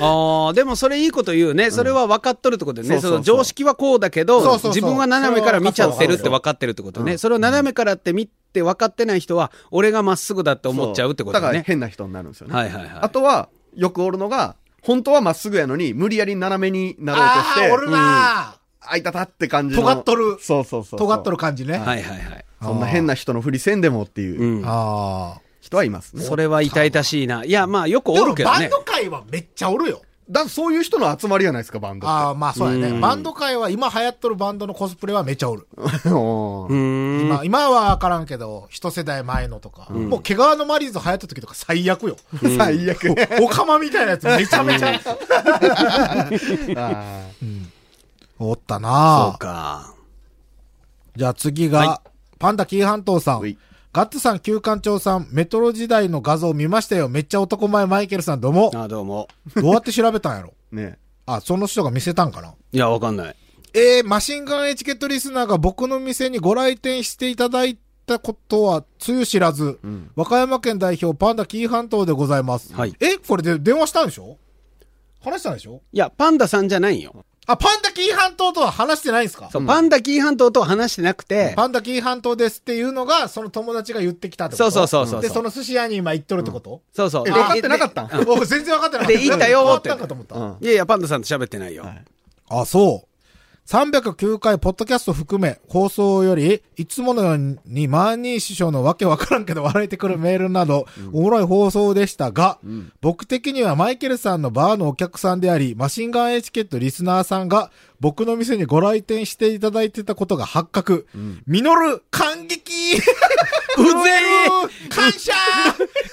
ああ、でもそれいいこと言うね。それは分かっとるってことでね。
そうそう
そ
そう
の常識はこうだけ
そう
ど
そう、そう
自分は斜めから見ちゃってるって分かってるってことね。それを斜めからって見て分かってない人は、俺がまっすぐだって思っちゃうってこと
だから
ね。
変な人になるんですよね。
はいはいはい。
あとは、よくおるのが、本当はまっすぐやのに、無理やり斜めにな
ー。
ろうと
あ
し
あ、
て、
おるな
あいたたって感じの。
尖っとる
そうそうそうそう。
尖っとる。感じね。
はいはいはい。。
そんな変な人のふりせんでもっていううん
ああ。
人はいますね。
それは痛々しいな。いや、まあよくおるけ
で
ど
もバン
ね
ド。界はめっちゃおるよ。
だそういう人の集まりじゃないですか、バンド
あ
っ
あ、まあそうや
う
ね。
ん
バンド界は今流行っとるバンドのコスプレはめっちゃおる。
て。 おー
うーん。
今今はわからんけど、一世代前のとか。もう毛皮のマリーズ流行った時とか最悪よ。
最悪。
おかまみたいなやつめちゃめちゃ。
あー
おったな
そうか。
じゃあ次が、
は
パンダ紀伊半島さ
はい
ん。ガッツさん、旧館長さん、メトロ時代の画像見ましたよ。めっちゃ男前マイケルさん、どうも。
あどうも。
どうやって調べたんやろ
ね
あ、その人が見せたんかない
や、わかんない。
えー、マシンガンエチケットリスナーが僕の店にご来店していただいたことは、つゆ知らず、
ん
和歌山県代表パンダ紀伊半島でございます。
はい
え、これで電話したんでしょ話したんでしょ
いや、パンダさんじゃないんよ。
あ、パンダ紀伊半島とは話してないんですか
そう、パンダ紀伊半島とは話してなくて、
パンダ紀伊半島ですっていうのが、その友達が言ってきたってこと
そうそうそうそう
で、その寿司屋に今行っとるってこと、
そうそう。
え。
で
え、分かってなかったん
お全然分かってなかった。
で行ったよーって
変わったんかと思った。
うん
いやいや、パンダさんと喋ってないよ。
はい
あ、そう。309回、ポッドキャスト含め、放送より、いつものように、マーニー師匠のわけわからんけど笑えてくるメールなど、おもろい放送でしたが、僕的にはマイケルさんのバーのお客さんであり、マシンガンエチケットリスナーさんが、僕の店にご来店していただいてたことが発覚。実る、感激 うぜえ感謝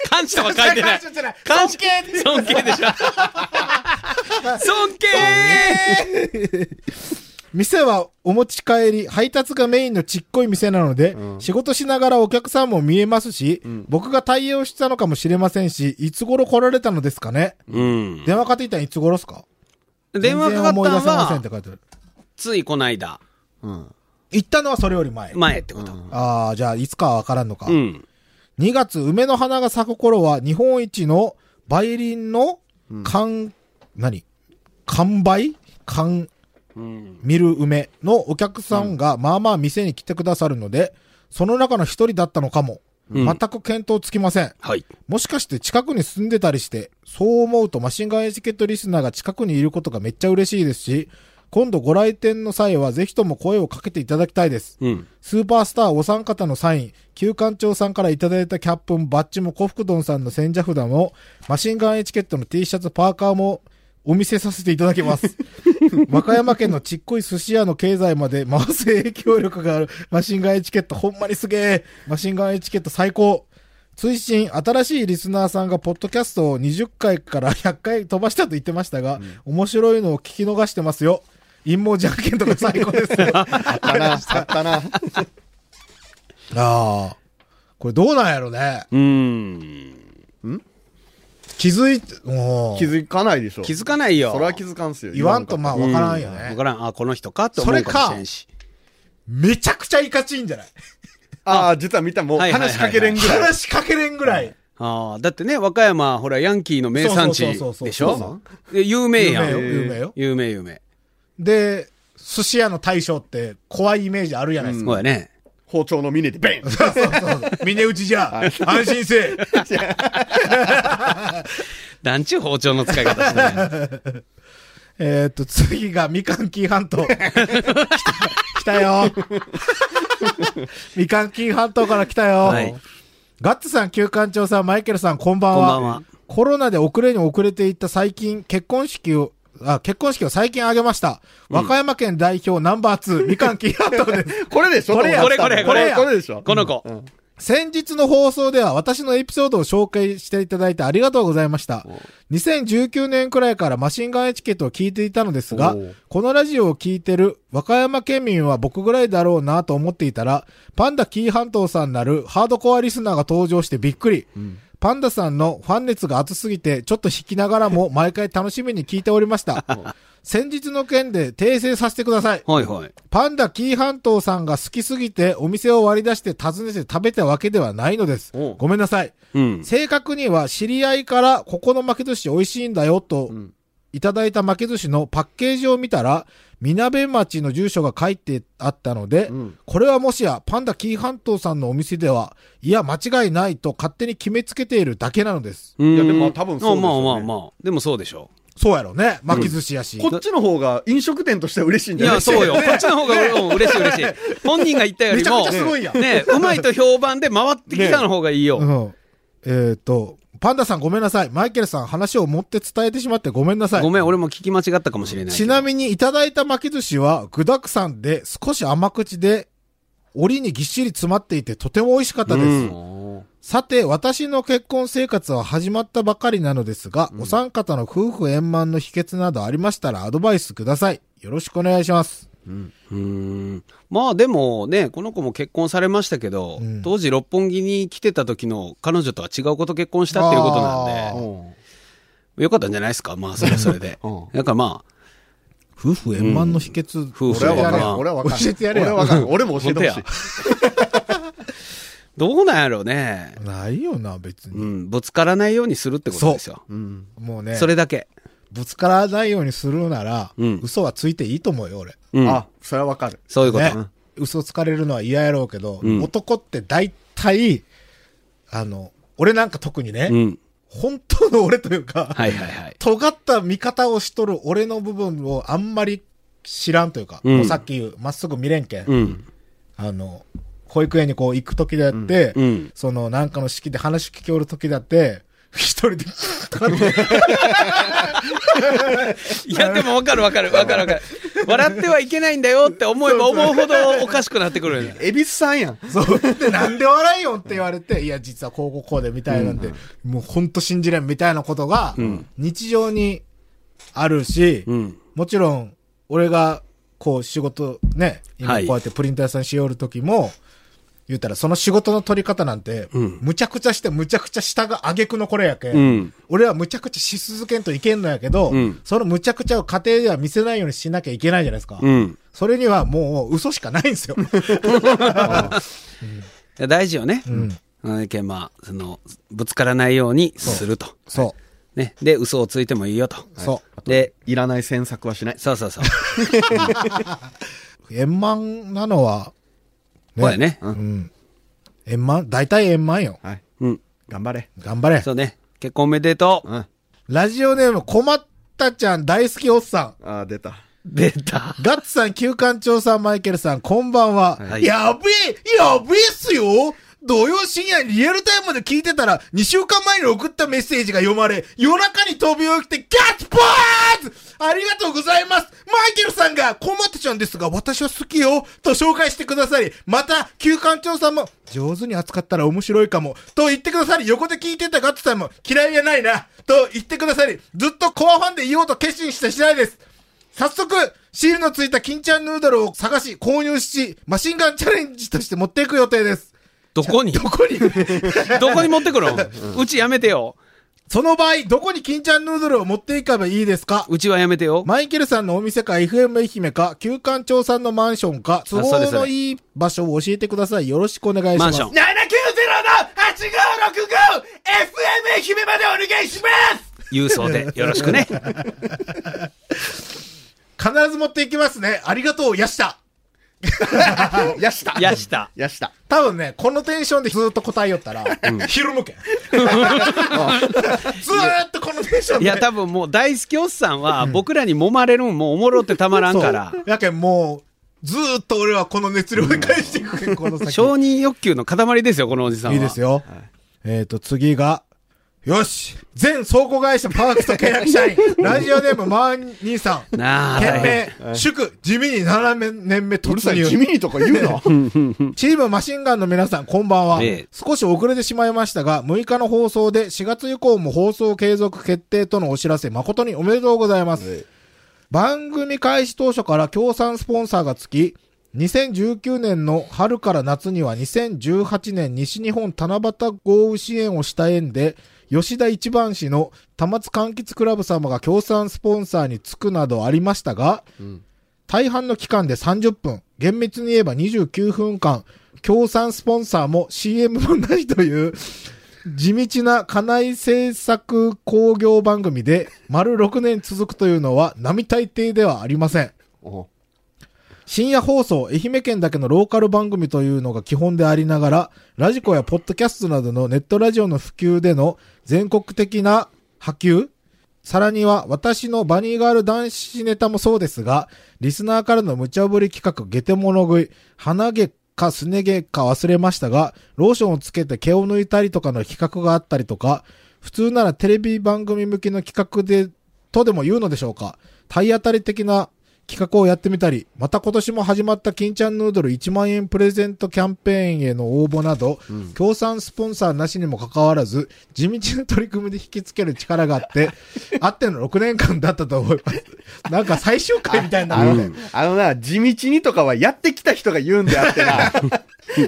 感謝は書いてな
感
い
謝。じゃない
感
感謝尊
謝
敬って
尊敬でしょ。尊敬
店はお持ち帰り、配達がメインのちっこい店なので、仕事しながらお客さんも見えますし、僕が対応してたのかもしれませんし、いつ頃来られたのですかね、
うん。
電話かかってきたのいつ頃ですか
電話かか
全然
ったの
思い出せませんっ
は
て、書いてある。
ついこの間、
うん。
行ったのはそれより前。
前ってこと。
ああ、じゃあいつかはわからんのか。
うん。
2月、梅の花が咲く頃は、日本一のバイリンの、完、何完売完
うん。
見る梅のお客さんがまあまあ店に来てくださるので、その中の一人だったのかも。
うん
全く見当つきません。
はい。
もしかして近くに住んでたりして、そう思うとマシンガンエチケットリスナーが近くにいることがめっちゃ嬉しいですし、今度ご来店の際はぜひとも声をかけていただきたいです。
うん。
スーパースターお三方のサイン、旧館長さんからいただいたキャップもバッジもコフクドンさんの千社札も、マシンガンエチケットの T シャツパーカーもお見せさせていただきます。 和歌山県のちっこい寿司屋の経済まで回す影響力があるマシンガンエチケットほんまにすげえ。マシンガンエチケット最高。追伸、新しいリスナーさんがポッドキャストを20回から100回飛ばしたと言ってましたが、面白いのを聞き逃してますよ。陰謀じゃんけんとか最高です。
あったな、あったな。
ああ。これどうなんやろね。
うん。
気づいて、も
気づかないでしょ。
気づかないよ。
それは気づかんすよ。
言わんとまあ
か
わからんよ
わ
ね
か。らん。あ、この人かって思うかもしれんし。
めちゃくちゃいかちいんじゃない
ああ、実は見たもう
はいはいは
話
い
しかけれんぐらい。
話しかけれんぐらい。
ああ、だってね、和歌山、ほら、ヤンキーの名産地
そうそうそうそう
でし
そうそ
ょで有名やん。
有名よ有名よ
有名、有名。
で、寿司屋の大将って怖いイメージあるじゃないです
そ
か。
うやね。
包丁の峰でベン
そうそうそう。峰打ちじゃ、安心せえ。
団地包丁の使い方しない。
えーっと、次がみかん紀伊半島。 来た来た よ。みかん紀伊半島から来たよ。
はい
ガッツさん、旧館長さん、マイケルさん、こんばんは。
こんばんは
コロナで遅れに遅れていった最近、結婚式を、あ、結婚式を最近挙げました。和歌山県代表ナンバー2、みかんきやったです。
これでしょ
これや
友達
こ
これ
れ
これ
これでしょ
この子。
先日の放送では私のエピソードを紹介していただいてありがとうございました。2019年くらいからマシンガンエチケットを聞いていたのですが
おう、
このラジオを聞いてる和歌山県民は僕ぐらいだろうなと思っていたら、パンダ紀伊半島さんなるハードコアリスナーが登場してびっくり。パンダさんのファン熱が熱すぎて、ちょっと引きながらも毎回楽しみに聞いておりました。先日の件で訂正させてください。
はいはい。
パンダ紀伊半島さんが好きすぎてお店を割り出して訪ねて食べたわけではないのです
おう。
ごめんなさい。
うん。
正確には知り合いからここの巻き寿司美味しいんだよと
ん
いただいた巻き寿司のパッケージを見たら、みなべ町の住所が書いてあったので、
ん
これはもしやパンダ紀伊半島さんのお店では、いや間違いないと勝手に決めつけているだけなのです。
い
やでも多分そうですよね
まあまあまあ。でもそうでしょ
そうやろね。巻き寿司やし。
こっちの方が飲食店としては嬉しいん
う。い
じゃない
や、
ですか。
そうよ。こっちの方がうん嬉しい嬉しい。本人が言ったよりも、
めちゃくちゃすごいやん
ね、うまいと評判で回ってきたの方がいいよ。
うん。えっ、と、パンダさんごめんなさい。マイケルさん話を持って伝えてしまってごめんなさい。
ごめん、俺も聞き間違ったかもしれないけど。
ちなみにいただいた巻き寿司は具沢山で少し甘口で、檻にぎっしり詰まっていてとても美味しかったです。
うん
さて、私の結婚生活は始まったばかりなのですが、お三方の夫婦円満の秘訣などありましたらアドバイスください。よろしくお願いします。
うーんまあでもね、この子も結婚されましたけど、
うん
当時六本木に来てた時の彼女とは違うこと結婚したっていうことなんで、よかったんじゃないですか、まあそれはそれで。だからまあ、
夫婦円満の秘訣、
夫婦
俺
円
や
は分
満
か
れ
ら
よ
ん。俺は分からん。
教えてやれよ
俺は分からん。俺も教えてほ
本
し
どうなんやろうね。
ないよな、別に。
うん、ぶつからないようにするってことですよ。
い。
もうね、
それだけ。
ぶつからないようにするなら、
うん
嘘はついていいと思うよ、俺。
うん。
あ、それは分かる。
そういうこと。
ね、嘘つかれるのは嫌やろうけど、
うん
男って大体、あの、俺なんか特にね、
うん。
本当の俺というか、
はいはいはい。
尖った見方をしとる俺の部分をあんまり知らんというか、
うん
もうさっき言う、まっすぐ見れんけん、
うん。
あの、保育園にこう行く時だって、
うんうん
そのなんかの式で話聞きおる時だって、一人で、
いや、でも分かる分かる分かる分 かる。笑ってはいけないんだよって思えば思うほどおかしくなってくるよね。
恵比寿さんやん。
そう。で、なんで笑いよって言われて、いや、実はこうこうこうでみたいなんて、もうほんと信じれんみたいなことが、日常にあるし、
うん。
もちろん、俺が、こう仕事ね、今こ
は
う
い
やってプリンター屋さんしおる時も、言ったらその仕事の取り方なんて、
うん
むちゃくちゃしてむちゃくちゃ下が挙句のこれやけ、
うん。
俺はむちゃくちゃし続けんといけんのやけど、
うん
そのむちゃくちゃを家庭では見せないようにしなきゃいけないじゃないですか。
うん。
それにはもう嘘しかないんです よ。
いや大事よね。
ん
うん。意見まあ、その、ぶつからないようにすると。
そう。
ね。で、嘘をついてもいいよと。。
そう
で、
いらない詮索はしない。
そうそうそう。
円満なのは、
そうやね。
うん。円満、大体円満よ。
はい。
うん。
頑張れ。
頑張れ
そ。うね。結婚おめでとう。
うん。あ
ラジオネーム、困ったちゃん大好きおっさ
ー出た。
出た。
ん。 ガッツさん、旧館長さん、マイケルさん、こんばんは。
はい
やべえやべえっすよ土曜深夜にリアルタイムで聞いてたら、2週間前に送ったメッセージが読まれ、夜中に飛び起きて、ガッツポーズありがとうございますマイケルさんが、困ったちゃんですが、私は好きよと紹介してくださり、また、旧館長さんも、上手に扱ったら面白いかも、と言ってくださり、横で聞いてたガッツさんも、嫌いやないな、と言ってくださり、ずっと後半で言おうと決心した次第です。早速、シールのついた金ちゃんヌードルを探し、購入し、マシンガンチャレンジとして持っていく予定です。
どこに
どこに
どこに持ってくるのうちやめてよ。
その場合、どこに金ちゃんヌードルを持っていけばいいですか
うちはやめてよ。
マイケルさんのお店か FM 愛媛か、旧館長さんのマンションか、都
それ
合
それ
のいい場所を教えてください。よろしくお願いし
マ
ま
ン
す。
ション。
愛媛までお願いします
郵送で。よろしくね。
必ず持っていきますね。ありがとう、やした。
やした。
やした。
やした。
多分ね、このテンションでずーっと答えよったら、 昼むけん。ずーっとこのテンション
い
で。
や、多分もう大好きおっさんは僕らに揉まれるんもおもろってたまらんから
そ。うやけんもう、ずーっと俺はこの熱量で返していく、 この先。
承認欲求の塊ですよ、このおじさんは。
いいですよ。えっ、と、次が、よし全倉庫会社パークスと契約社 員、ラジオネームマー兄さん。
なあ、大変。
懸命、祝、地味に7年目
うる
突
さい、地
入。
味にとか言 うな。
チームマシンガンの皆さん、こんばんは
ええ。
少し遅れてしまいましたが、6日の放送で4月以降も放送継続決定とのお知らせ、誠におめでとうございます。番組開始当初から協賛スポンサーがつき、2019年の春から夏には2018年西日本七夕豪雨支援をした縁で、吉田一番市の玉津柑橘クラブ様が協賛スポンサーにつくなどありましたが、大半の期間で30分、厳密に言えば29分間、協賛スポンサーも CM もないという、 地道な家内制作工業番組で、丸6年続くというのは、並大抵ではありません。
お
深夜放送、愛媛県だけのローカル番組というのが基本でありながら、ラジコやポッドキャストなどのネットラジオの普及での全国的な波及さらには私のバニーガール男子ネタもそうですが、リスナーからの無茶ぶり企画、ゲテモノ食い、鼻毛かすね毛か忘れましたが、ローションをつけて毛を抜いたりとかの企画があったりとか、普通ならテレビ番組向けの企画で、とでも言うのでしょうか。体当たり的な企画をやってみたり、また今年も始まった金ちゃんヌードル1万円プレゼントキャンペーンへの応募など、協賛スポンサーなしにもかかわらず、地道な取り組みで引きつける力があって、あっての6年間だったと思います。なんか最終回みたいにな
あ
る
の
ね。
ね、あのな、地道にとかはやってきた人が言うんであっ てな、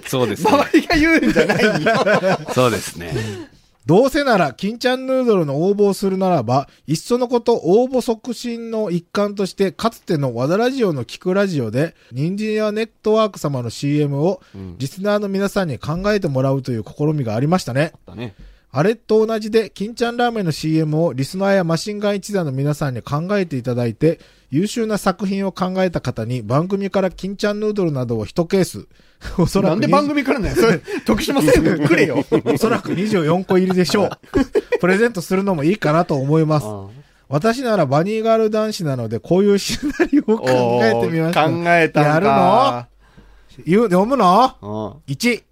そうですね。
周りが言うんじゃないよ。
そうですね。
どうせなら、金ちゃんヌードルの応募をするならば、いっそのこと応募促進の一環として、かつての和田ラジオの聞くラジオで、人参やネットワーク様の CM を、リスナーの皆さんに考えてもらうという試みがありましたね。あれと同じで、金ちゃんラーメンの CM をリスナーやマシンガン一座の皆さんに考えていただいて、優秀な作品を考えた方に番組から金ちゃんヌードルなどを一ケース、 おそら
な
く
んで番組からね、それ、徳島西部くれよ。
おそらく24個入りでしょう。プレゼントするのもいいかなと思います。私ならバニーガール男子なので、こういうシナリオを 考えてみました。
おー考えたんか。
やるの言う、読むの
の
?1。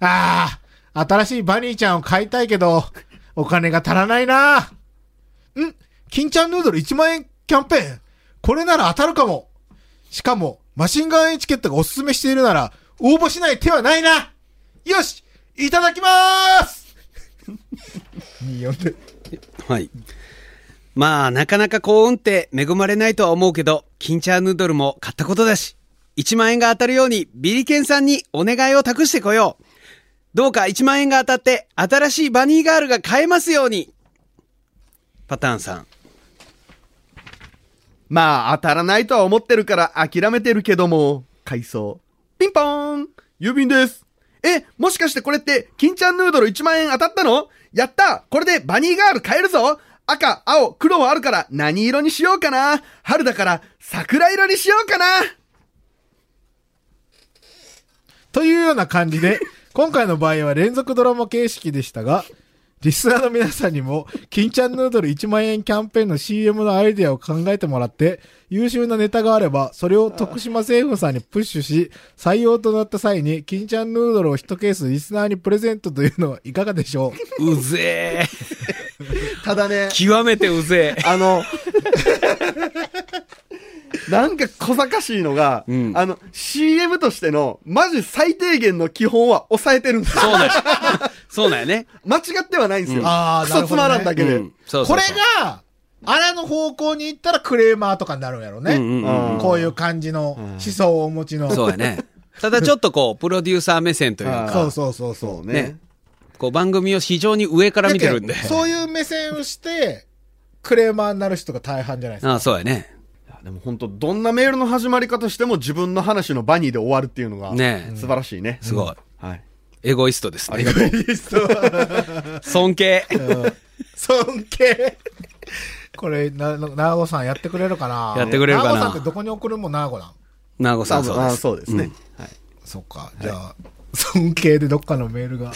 ああ、新しいバニーちゃんを買いたいけど、お金が足らないな。ん金ちゃんヌードル1万円キャンペーンこれなら当たるかも。しかも、マシンガンエチケットがおすすめしているなら、応募しない手はないなよしいただきまーす !24 で。
はい。まあ、なかなか幸運って恵まれないとは思うけど、金チャーヌードルも買ったことだし、1万円が当たるようにビリケンさんにお願いを託してこよう。どうか1万円が当たって、新しいバニーガールが買えますように。パターンさん。
まあ、当たらないとは思ってるから諦めてるけども、回想。ピンポーン郵便ですえ、もしかしてこれって、金ちゃんヌードル1万円当たったのやったこれでバニーガール買えるぞ赤、青、黒はあるから何色にしようかな春だから桜色にしようかな
というような感じ で、今回の場合は連続ドラマ形式でしたが、リスナーの皆さんにも、金ちゃんヌードル1万円キャンペーンの CM のアイデアを考えてもらって、優秀なネタがあれば、それを徳島政府さんにプッシュし、採用となった際に、金ちゃんヌードルを一ケースリスナーにプレゼントというのはいかがでしょう
うぜえ。
ただね、
極めてうぜえ。
あの、なんか小賢しいのが、
うん
あの、CM としての、マジ最低限の基本は抑えてるんですよ。
そうだよ。そうだよね。
間違ってはないんですよ。
うん
あー
クソつまらんだけで。
うんそう
こ
そう
れ
そう
が、あらの方向に行ったらクレーマーとかになるんやろね。
うんうんうん
うん
こういう感じの思想をお持ちの。
そうやね。ただちょっとこう、プロデューサー目線という
あ
か、
ー
そうそうそうそう。
そう
ね。こう番組を非常に上から見てるん
だ
で。
けどそういう目線をして、クレーマーになる人が大半じゃないですか。
ああ、そうやね。
いやでも本当どんなメールの始まり方しても自分の話のバニーで終わるっていうのが、
ねえ
素晴らしいね。
すごい。
はい。
エゴイストですね。
そう。
尊敬。
尊敬。 これ、な、ななーごさんやってくれるかな
やってくれるかな
なーごさんってどこに送るもんなーごなん。
なごさんそう
あ
です。
そうですね。はい。
そっか。じゃあ、尊敬でどっかのメールが。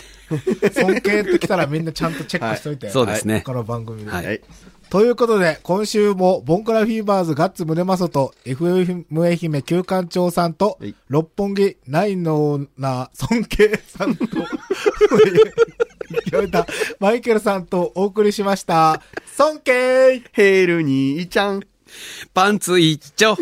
尊敬ってきたらみんなちゃんとチェックしといて。
そうですね
他の番組で。
はい
はい。
ということで、今週も、ボンクラフィーバーズガッツムネマソと、FM 愛媛旧館長さんと
はい、
六本木ナインのオーナー尊敬さんと、聞こえたマイケルさんとお送りしました。尊敬
ヘールにーちゃん。
パンツ一丁。